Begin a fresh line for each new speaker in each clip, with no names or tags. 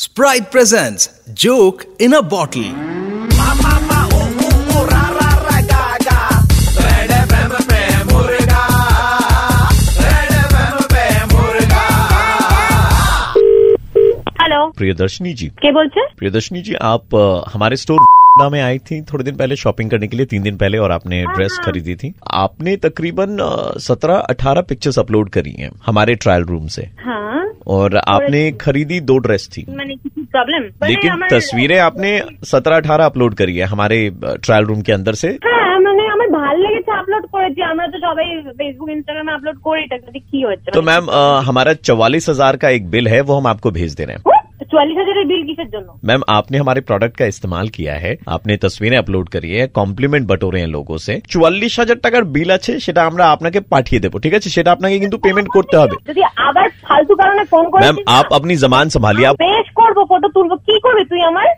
Sprite presents Joke in a Bottle.
Hello
Priyadarshini ji
কে বলছে
प्रियदर्शनी जी आप अ, हमारे स्टोर में आई थी थोड़े दिन पहले शॉपिंग करने के लिए तीन दिन पहले और आपने ड्रेस खरीदी थी आपने तकरीबन सत्रह अठारह पिक्चर्स अपलोड करी हैं हमारे ट्रायल रूम से
হ্যাঁ
हाँ। और आपने खरीदी दो ड्रेस थी
মানে কিছু প্রবলেম
लेकिन तस्वीरें आपने सत्रह अठारह अपलोड करी है हमारे अ, ट्रायल रूम के अंदर से
হ্যাঁ মানে আমার ভাল লেগেছে আপলোড করেছি আমরা তো সবাই ফেসবুক ইনস্টাগ্রামে আপলোড করি এটা যদি কি হচ্ছে
तो मैम अ, हमारा चौवालीस हजार का एक बिल है वो हम आपको भेज दे रहे हैं
চুয়াল্লিশ হাজারের বিল কিসের জন্য
मैम आपने हमारे प्रोडक्ट का इस्तेमाल किया है আপনি তসবিরে আপলোড করিয়ে কমপ্লিমেন্ট বটোরে লোগো সে চুয়াল্লিশ হাজার টাকার বিল আছে সেটা আমরা আপনাকে পাঠিয়ে দেবো ঠিক আছে সেটা আপনাকে কিন্তু পেমেন্ট করতে হবে
যদি আবার ফালতু কারণে ফোন করে
ম্যাম আপ আপনি জমান সম্ভালিয়ে আপ
পেশ করবো ফটো তুলবো কি করবি তুই আমার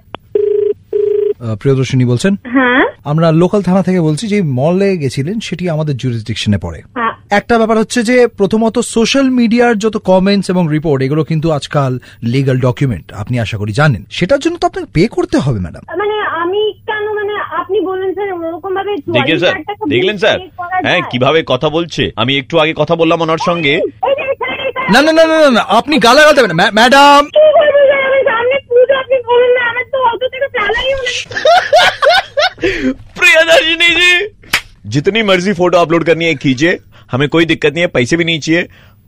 আহ, প্রিয়দর্শিনী বলছেন
हाँ।
হ্যাঁ
আমরা লোকাল থানা থেকে বলছি যে মলে গেছিলেন সেটি আমাদের জুরিসডিকশনে পড়ে
হ্যাঁ
একটা ব্যাপার হচ্ছে যে প্রথমত সোশ্যাল মিডিয়ার যত কমেন্টস এবং রিপোর্ট এগুলো কিন্তু আজকাল লিগ্যাল ডকুমেন্ট আপনি আশা করি জানেন সেটার জন্য তো আপনাকে পে করতে হবে ম্যাডাম
মানে আমি কেন মানে আপনি বললেন স্যার ওরকম ভাবে 44
দেখলেন স্যার
হাজার টাকা
দেখলেন
bill
স্যার
pay করা
হ্যাঁ
যায়?
কিভাবে কথা বলছে আমি একটু আগে কথা বললাম ওনার সঙ্গে
এই যে, এই ছেলে, এই ছেলে,
না না না না না, না আপনি গালা গাল দেবেন ম্যাডাম
কি করবো স্যার আমি সামনে পুজো আপনি বলুন না আমার তো অত থেকে চালাই হলো
प्रियदर्शनी जी जितनी मर्जी फोटो अपलोड करनी है कीजिए हमें कोई दिक्कत नहीं है पैसे भी नहीं चाहिए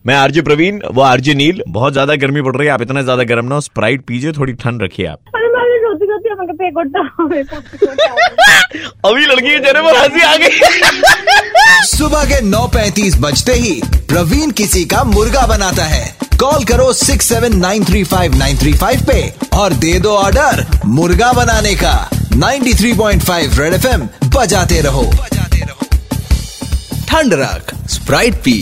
मैं आरजे प्रवीण वो आरजे नील बहुत ज्यादा गर्मी पड़ रही है आप इतना ज्यादा गर्म ना हो स्प्राइट पीजिए थोड़ी ठंड रखिए आप
আমি ভাবলাম সত্যি সত্যি আমাকে পে করতে হবে করতে করতে হবে।
अभी लड़की के चेहरे पर हंसी आ गई
सुबह के 9:35 बजते ही प्रवीण किसी का मुर्गा बनाता है कॉल करो 67935 पे और दे दो ऑर्डर मुर्गा बनाने का 93.5 रेड एफएम बजाते रहो ठंड रख स्प्राइट पी